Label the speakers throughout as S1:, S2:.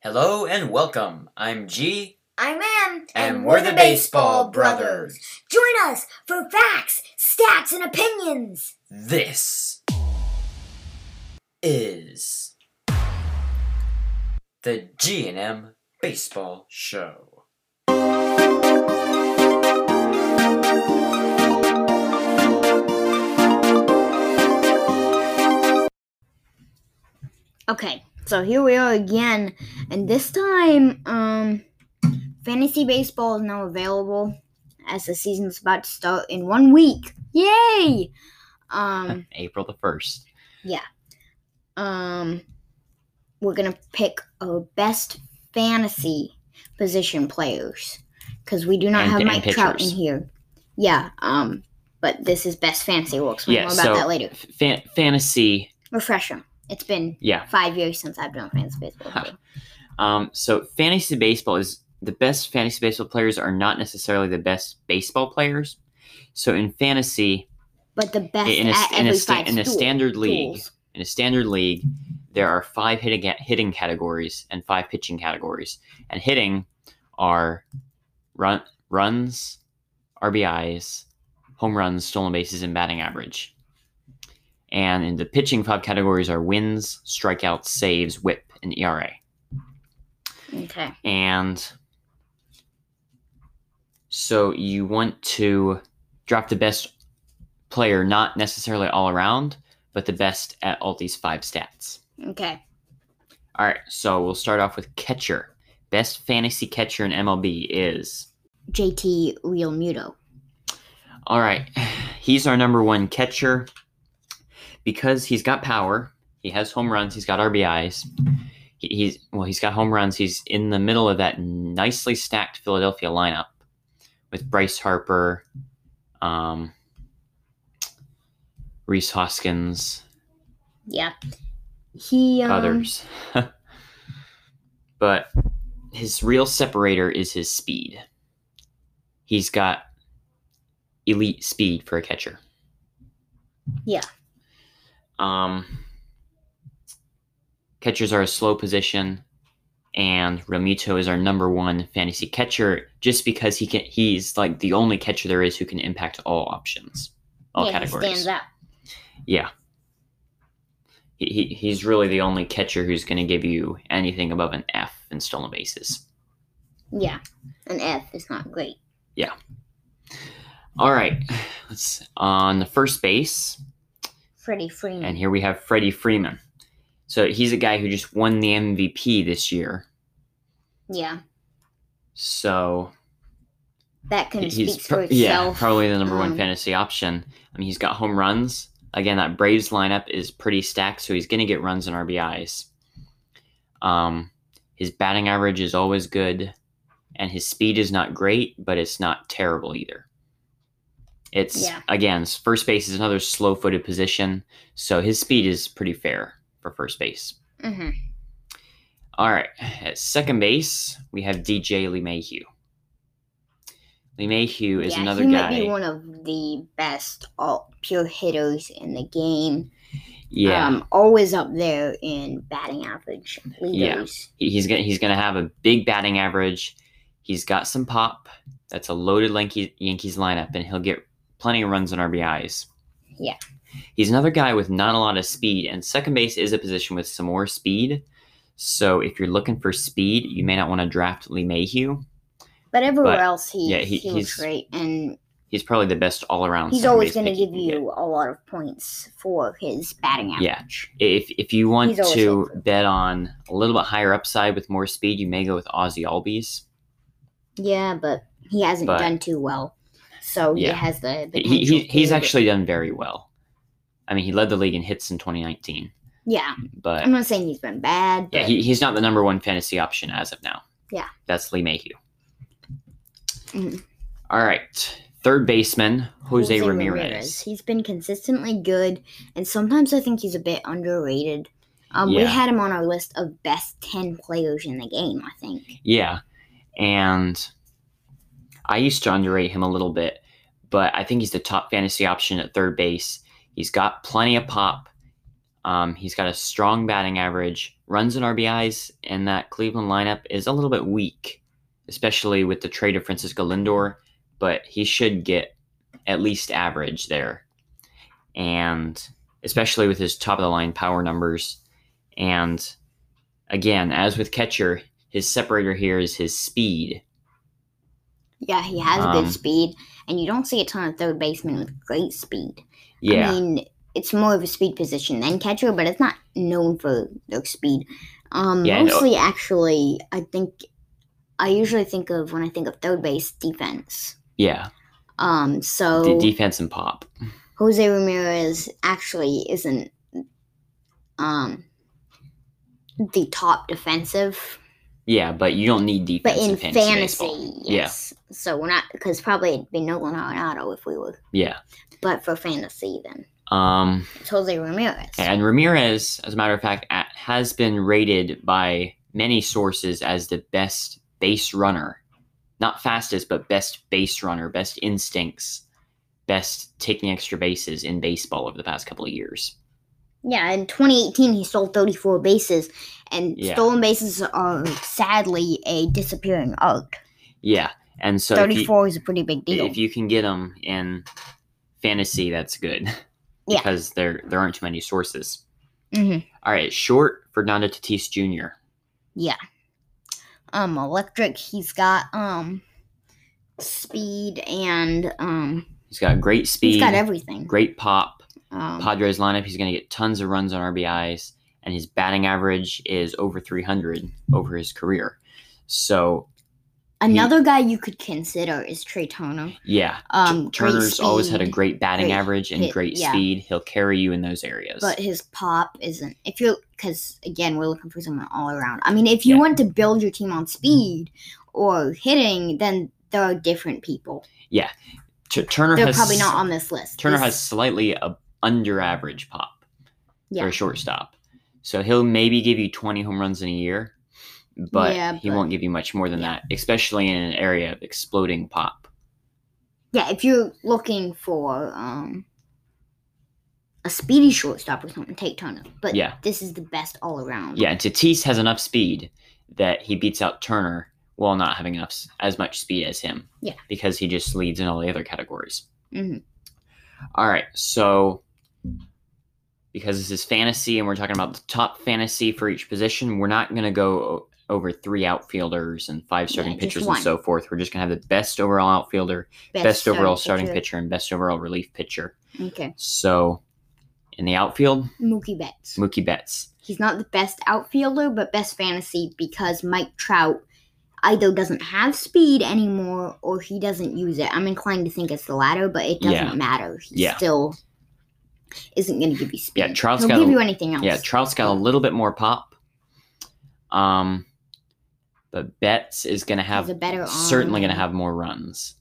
S1: Hello and welcome. I'm G,
S2: I'm Em,
S1: Brothers.
S2: Join us for facts, stats, and opinions.
S1: This is the G and M Baseball Show.
S2: Okay, so here we are again, and this time, um, fantasy baseball is now available as the season's about to start in one week. Yay! Um,
S1: April the first.
S2: um, we're gonna pick our best fantasy position players because we do not
S1: And-
S2: have
S1: and
S2: Mike Trout in
S1: pitchers.
S2: here. Yeah. Um, but this is best fantasy. We'll explain
S1: Yeah,
S2: more about
S1: so-
S2: that later.
S1: Fan- fantasy,
S2: refresh them. It's been
S1: yeah.
S2: five years since I've done fantasy baseball.
S1: Huh. Um, so fantasy baseball is the best fantasy baseball players are not necessarily the best baseball players. So in fantasy,
S2: But the best
S1: in a,
S2: at
S1: in, a
S2: every
S1: sta-
S2: five
S1: in a
S2: stool-
S1: standard league,
S2: tools.
S1: in a standard league, there are five hitting hitting categories and five pitching categories. And hitting are run runs, RBIs, home runs, stolen bases, and batting average. And in the pitching five categories are wins, strikeouts, saves, WHIP, and E ERA.
S2: Okay.
S1: And so you want to draft the best player, not necessarily all around, but the best at all these five stats.
S2: Okay.
S1: All right, so we'll start off with catcher. Best fantasy catcher in MLB is.
S2: JT Real Muto.
S1: All right, he's our number one catcher because he's got power. He has home runs. He's got RBIs. He, he's well. He's got home runs. He's in the middle of that nicely stacked Philadelphia lineup with Bryce Harper, um, Reese Hoskins,
S2: Yeah. He um,
S1: others. but his real separator is his speed. He's got elite speed for a catcher.
S2: Yeah.
S1: Um catchers are a slow position and Ramito is our number 1 fantasy catcher just because he can he's like the only catcher there is who can impact all options. All
S2: yeah, he
S1: categories.
S2: stands out.
S1: Yeah. He, he, he's really the only catcher who's going to give you anything above an F in stolen bases.
S2: Yeah. An F is not great.
S1: All right. Let's on the first base,
S2: Freddie Freeman.
S1: and here we have Freddie Freeman. So he's a guy who just won the MVP this year.
S2: yeah.
S1: So
S2: That kind of
S1: he's
S2: speaks for
S1: pro-
S2: itself.
S1: yeah, probably the number one
S2: Um,
S1: fantasy option. I mean, he's got home runs. Again, that Braves lineup is pretty stacked, so he's going to get runs and RBIs. Um, his batting average is always good, and his speed is not great, but it's not terrible either. It's
S2: Yeah.
S1: again, s- first base is another slow-footed position, so his speed is pretty fair for first base.
S2: Mhm.
S1: All right. At second base, we have DJ LeMahieu. LeMahieu is
S2: yeah,
S1: another
S2: he
S1: guy.
S2: might be one of the best all pure hitters in the game.
S1: yeah,
S2: Um, always up there in batting average leaders.
S1: he- he's gonna he's gonna have a big batting average. He's got some pop. That's a loaded Yankee, Yankees lineup, and he'll get plenty of runs and RBIs.
S2: Yeah.
S1: he's another guy with not a lot of speed, and second base is a position with some more speed. So if you're looking for speed, you may not want to draft LeMahieu.
S2: But everywhere
S1: But,
S2: else, he,
S1: yeah, he-
S2: he,
S1: he's-
S2: looks great, and
S1: He's probably the best all around.
S2: he's always going to give you a lot of points for his batting
S1: Yeah.
S2: average.
S1: if if you want
S2: He's always
S1: to
S2: helpful.
S1: bet on a little bit higher upside with more speed, you may go with Ozzy Albies.
S2: Yeah, but he hasn't
S1: But-
S2: done too well, so
S1: Yeah.
S2: he has the potential.
S1: He, he he's
S2: to-
S1: actually done very well. I mean, he led the league in hits in 2019,
S2: yeah.
S1: but
S2: I'm not saying he's been bad. But
S1: yeah, he, he's not the number one fantasy option as of now.
S2: Yeah.
S1: that's Lee Mayhew.
S2: Mhm.
S1: All right, third baseman Jose, Ramirez.
S2: He's been consistently good, and sometimes I think he's a bit underrated. Um, We
S1: Yeah.
S2: had him on our list of best ten players in the game. I think.
S1: Yeah, and I used to underrate him a little bit, but I think he's the top fantasy option at third base. He's got plenty of pop. Um, he's got a strong batting average. runs and RBIs in that Cleveland lineup is a little bit weak, especially with the trade of Francisco Lindor, but he should get at least average there. And especially with his top of the line power numbers. And again, as with catcher, his separator here is his speed.
S2: Yeah, he has good
S1: Um,
S2: speed, and you don't see a ton of third basemen with great speed.
S1: Yeah.
S2: I mean, it's more of a speed position than catcher, but it's not known for their speed. Um,
S1: Yeah, I know.
S2: mostly, actually, I think I usually think of when I think of third base defense.
S1: yeah.
S2: Um, so
S1: The defense and pop.
S2: Jose Ramirez actually isn't um the top defensive,
S1: Yeah, but you don't need defense
S2: but in
S1: fantasy. baseball.
S2: fantasy,
S1: Yeah.
S2: yes. So we're not because probably it'd be Nolan Arenado if we were,
S1: Yeah.
S2: but for fantasy, then
S1: Um,
S2: it's Jose Ramirez.
S1: and Ramirez, as a matter of fact, a- has been rated by many sources as the best base runner. Not fastest, but best base runner, best instincts, best taking extra bases in baseball over the past couple of years.
S2: Yeah, in 2018 he stole 34 bases, and
S1: Yeah.
S2: stolen bases are sadly a disappearing art.
S1: Yeah. And so if you-
S2: 34 is a pretty big deal.
S1: if you can get them in fantasy, that's good
S2: Yeah.
S1: because there there aren't too many sources.
S2: Mhm.
S1: All right, short Fernando Tatis Jr.
S2: um electric, he's got um speed and um
S1: He's got great speed,
S2: he's got everything.
S1: great pop.
S2: Um,
S1: Padres lineup. He's going to get tons of runs on RBIs, and his batting average is over 300 over his career. So
S2: another guy you could consider is Trey Turner.
S1: yeah,
S2: Um, great
S1: Turner's always had a
S2: speed,
S1: great batting
S2: great
S1: average and
S2: hit-
S1: great
S2: yeah.
S1: speed. He'll carry you in those areas.
S2: but his pop isn't. If you're because again we're looking for someone all around. I mean, if you
S1: Yeah.
S2: want to build your team on speed or hitting, then there are different people.
S1: T- Turner
S2: They're
S1: has
S2: probably not on this list.
S1: Turner
S2: This-
S1: has slightly a under average pop.
S2: yeah.
S1: for a shortstop. So he'll maybe give you 20 home runs in a year, but
S2: Yeah,
S1: he
S2: but-
S1: won't give you much more than
S2: yeah.
S1: that, especially in an area of exploding pop.
S2: Yeah, if you're looking for um a speedy shortstop or something, take Turner. But
S1: Yeah.
S2: this is the best all around.
S1: Yeah, and Tatis has enough speed that he beats out Turner while not having enough s- as much speed as him.
S2: Yeah.
S1: because he just leads in all the other categories.
S2: hmm
S1: All right, so because this is fantasy and we're talking about the top fantasy for each position, we're not going to go o- over three outfielders and five starting
S2: just
S1: pitchers
S2: one.
S1: and so forth. We're just going to have the best overall outfielder best, overall starting pitcher and best overall relief pitcher.
S2: Okay.
S1: So in the outfield,
S2: Mookie Betts.
S1: Mookie Betts.
S2: He's not the best outfielder, but best fantasy because Mike Trout either doesn't have speed anymore or he doesn't use it. I'm inclined to think it's the latter, but it doesn't
S1: Yeah.
S2: matter. He
S1: Yeah.
S2: still isn't going to give you speed.
S1: Yeah, Trout's
S2: He'll
S1: got
S2: give
S1: a-
S2: you anything else.
S1: Yeah, Trout's got a little bit more pop. Um, but Betts is going to
S2: He's a
S1: have
S2: better arm.
S1: certainly going to have more runs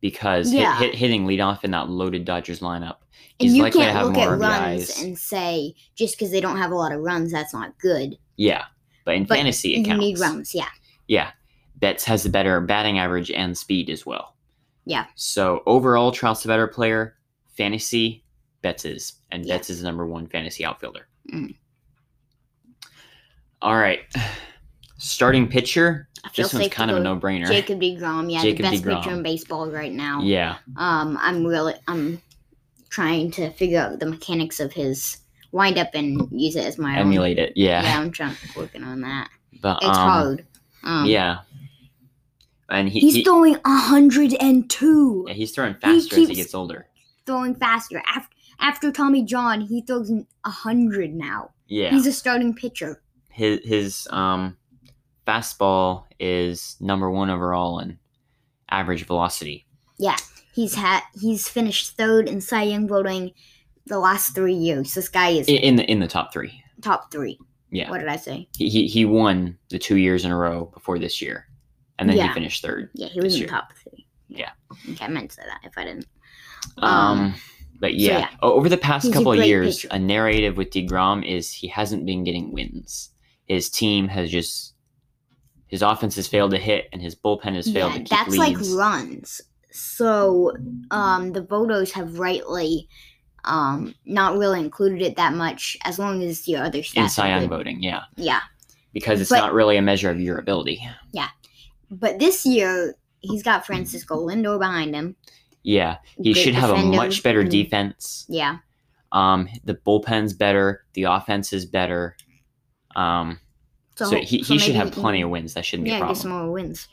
S1: because hit,
S2: Yeah.
S1: hit, hitting leadoff in that loaded Dodgers lineup.
S2: And
S1: He's
S2: you
S1: likely to
S2: can't
S1: have
S2: look
S1: more
S2: at runs
S1: RBIs.
S2: and say just because they don't have a lot of runs, that's not good.
S1: Yeah, but in
S2: But
S1: fantasy
S2: You
S1: it counts.
S2: need runs, yeah.
S1: Yeah, Betts has the better batting average and speed as well.
S2: Yeah.
S1: So overall, Trout's the better player. Fantasy, Betts is, and
S2: Yeah.
S1: Betts is the number one fantasy outfielder.
S2: Mm.
S1: All right, starting pitcher.
S2: I feel
S1: This one's
S2: safe to
S1: kind of a
S2: go
S1: no-brainer.
S2: Jacob DeGrom, yeah,
S1: Jacob
S2: the best
S1: deGrom.
S2: pitcher in baseball right now.
S1: Yeah,
S2: Um, I'm really I'm trying to figure out the mechanics of his windup and use it as my own.
S1: emulate it. Yeah,
S2: Yeah, I'm trying working on that.
S1: but
S2: It's
S1: um,
S2: hard. Um,
S1: yeah, and he,
S2: he's
S1: he-
S2: throwing 102,
S1: yeah, he's throwing faster as he
S2: keeps-
S1: gets older.
S2: throwing faster. After after Tommy John, he throws 100 now.
S1: Yeah,
S2: He's a starting pitcher.
S1: his his um fastball is number one overall in average velocity.
S2: He's had he's finished third in Cy Young voting the last three years. This guy is
S1: I- in the in the top three.
S2: top three.
S1: Yeah,
S2: What did I say?
S1: he he- he won the two years in a row before this year, and then he
S2: Yeah.
S1: finished third.
S2: Yeah, he
S1: This
S2: was in
S1: year.
S2: the top three.
S1: Yeah.
S2: Okay, I meant to say that if I didn't.
S1: Um,
S2: Um,
S1: but
S2: so
S1: yeah,
S2: yeah.
S1: o- over the past
S2: He's a
S1: couple of
S2: great
S1: years,
S2: pitcher.
S1: a narrative with Degrom is he hasn't been getting wins. His team has just his offense has failed to hit, and his bullpen has failed to keep
S2: that's
S1: leads.
S2: like runs. So um, the voters have rightly um, not really included it that much as long as your other stats.
S1: in
S2: are
S1: Cy Young
S2: good.
S1: voting. Yeah,
S2: Yeah,
S1: because it's
S2: But-
S1: not really a measure of your ability.
S2: but this year he's got Francisco Lindor behind him.
S1: Yeah, he
S2: Great
S1: should have a
S2: defender.
S1: much better
S2: Mm,
S1: defense.
S2: Yeah,
S1: Um, the bullpen's better. The offense is better. Um, so, he, he should
S2: maybe
S1: have
S2: can-
S1: plenty of wins. That shouldn't
S2: Yeah,
S1: be a
S2: get some
S1: problem.
S2: more wins.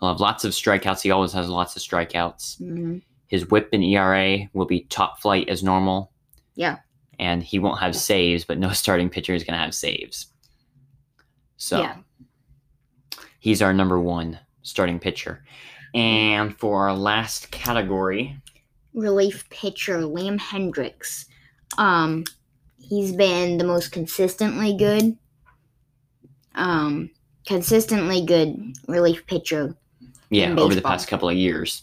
S1: He'll have lots of strikeouts. He always has lots of strikeouts.
S2: hmm
S1: His whip and ERA will be top flight as normal.
S2: Yeah.
S1: And he won't have saves, but no starting pitcher is going to have saves. So
S2: Yeah.
S1: he's our number one starting pitcher. And for our last category,
S2: Relief pitcher Liam Hendricks. Um, he's been the most consistently good. Um, consistently good relief pitcher.
S1: yeah,
S2: In
S1: over the
S2: baseball.
S1: past couple of years.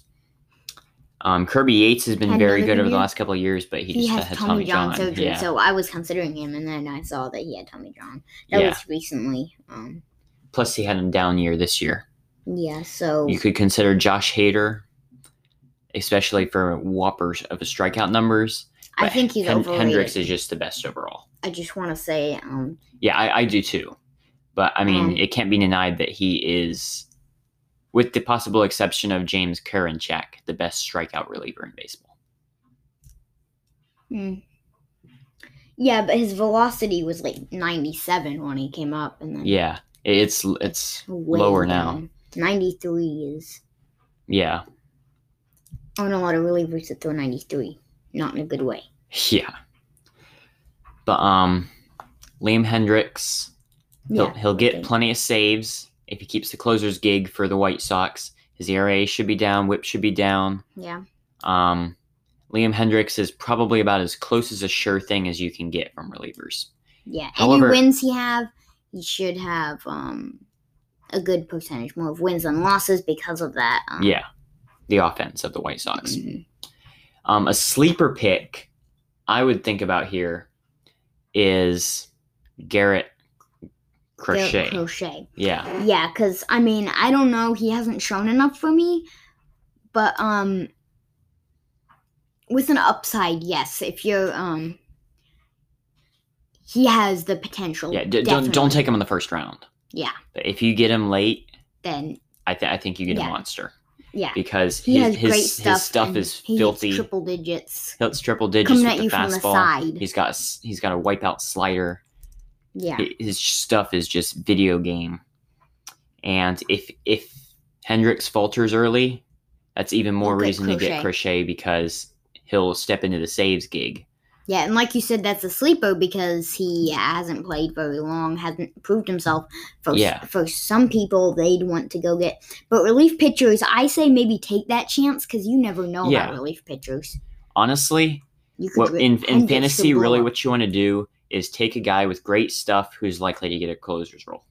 S1: Um, Kirby Yates has been
S2: Had
S1: very
S2: another
S1: good over the
S2: year.
S1: last couple of years, but he,
S2: He,
S1: just
S2: has
S1: had
S2: Tommy, John, surgery,
S1: yeah.
S2: so I was considering him, and then I saw that he had Tommy John. That
S1: Yeah.
S2: was recently. Um,
S1: Plus, he had a down year this year.
S2: yeah. So
S1: You could consider Josh Hader, especially for whoppers of his strikeout numbers.
S2: I
S1: but
S2: think he's
S1: Hen-
S2: overrated.
S1: Hendricks is just the best overall.
S2: I just want to say, um,
S1: Yeah, I, I do too. But I mean,
S2: Um,
S1: it can't be denied that he is, with the possible exception of James Karinchak, the best strikeout reliever in baseball.
S2: hmm. yeah, but his velocity was like 97 when he came up, and then
S1: Yeah, it- it's it's
S2: way
S1: lower
S2: down. 93 is
S1: yeah
S2: on a lot of relievers that throw 93, not in a good way.
S1: yeah. But um, Liam Hendricks, he'll
S2: Yeah,
S1: he'll get
S2: okay.
S1: plenty of saves if he keeps the closer's gig for the White Sox. His ERA should be down, WHIP should be down.
S2: yeah,
S1: Um, Liam Hendricks is probably about as close as a sure thing as you can get from relievers.
S2: yeah.
S1: However-
S2: Any wins he have, he should have um a good percentage more of wins than losses because of that. Um,
S1: Yeah, the offense of the White Sox.
S2: mhm.
S1: Um, a sleeper pick I would think about here is Garrett
S2: Garrett
S1: Crochet.
S2: Crochet.
S1: yeah,
S2: Yeah, because I mean, I don't know. He hasn't shown enough for me, but um, with an upside, yes. If you're um, he has the potential.
S1: yeah. D- don't
S2: definitely.
S1: don't take him in the first round.
S2: Yeah.
S1: But if you get him late,
S2: Then
S1: I th- I think you get a
S2: Yeah.
S1: monster
S2: yeah,
S1: because
S2: he
S1: his
S2: has great
S1: his,
S2: stuff.
S1: his stuff
S2: and
S1: is
S2: he hits
S1: filthy. Triple,
S2: triple digits
S1: hits triple digits
S2: coming at
S1: with
S2: you
S1: the
S2: from the
S1: fastball.
S2: side.
S1: He's got s- he's got a wipeout slider.
S2: Yeah,
S1: Hi- his stuff is just video game. And if if Hendricks falters early, that's even more
S2: You'll get
S1: reason to get
S2: Crochet.
S1: Crochet because he'll step into the saves gig.
S2: yeah, and like you said, that's a sleeper because he hasn't played very long, hasn't proved himself. For
S1: Yeah.
S2: for some people, they'd want to go get, but relief pitchers, I say maybe take that chance because you never know
S1: Yeah.
S2: about relief pitchers.
S1: Honestly,
S2: You could
S1: what
S2: re-
S1: in, in
S2: Hendricks could
S1: fantasy
S2: blow
S1: really
S2: up.
S1: what you want to do is take a guy with great stuff who's likely to get a closer's role.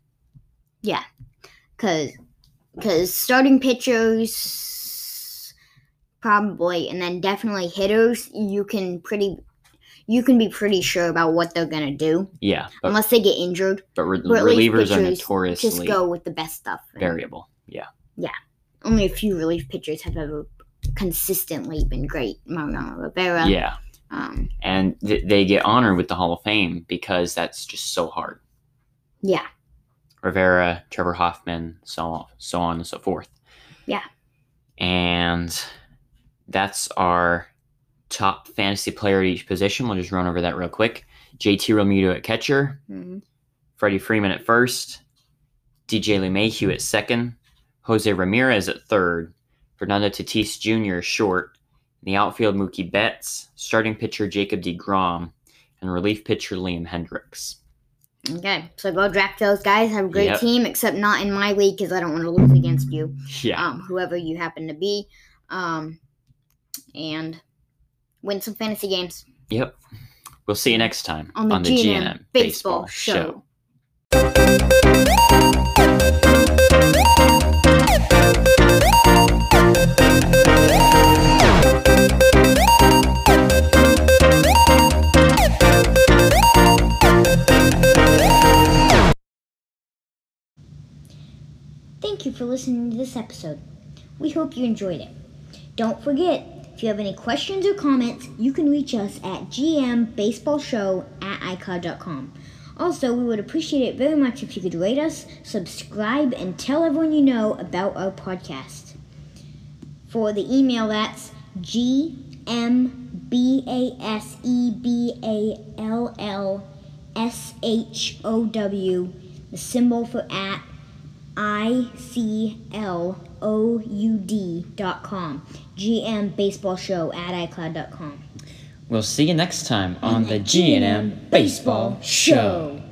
S2: because because starting pitchers probably and then definitely hitters you can pretty you can be pretty sure about what they're gonna do
S1: Yeah, but,
S2: unless they get injured
S1: but re-
S2: relief
S1: relievers are
S2: pitchers just
S1: notoriously
S2: go with the best stuff and
S1: variable. Yeah.
S2: only a few relief pitchers have ever consistently been great mariano rivera
S1: Yeah.
S2: um
S1: And th- they get honored with the Hall of Fame because that's just so hard.
S2: yeah
S1: Rivera, Trevor Hoffman, so on, so on and so forth.
S2: Yeah.
S1: And that's our top fantasy player at each position. We'll just run over that real quick. JT Romuto at catcher,
S2: mhm.
S1: Freddie Freeman at first, DJ LeMahieu at second, Jose Ramirez at third, Fernando Tatis Jr. short, in the outfield Mookie Betts, starting pitcher Jacob DeGrom, and relief pitcher Liam Hendricks.
S2: okay so go draft those guys have a great
S1: Yep.
S2: team except not in my league because i don't want to lose against you
S1: Yeah.
S2: um, whoever you happen to be, um, and win some fantasy games
S1: Yep. We'll see you next time
S2: on the, GNM, Baseball, show. Thank you for listening to this episode. We hope you enjoyed it. Don't forget If you have any questions or comments, you can reach us at gmbaseballshow at icloud.com. Also, we would appreciate it very much if you could rate us, subscribe, and tell everyone you know about our podcast. For the email, that's E gmbaseballshow, the symbol for at, I C L O U D dot com. GM Baseball Show at iCloud dot com.
S1: We'll see you next time on the G&M Baseball Show.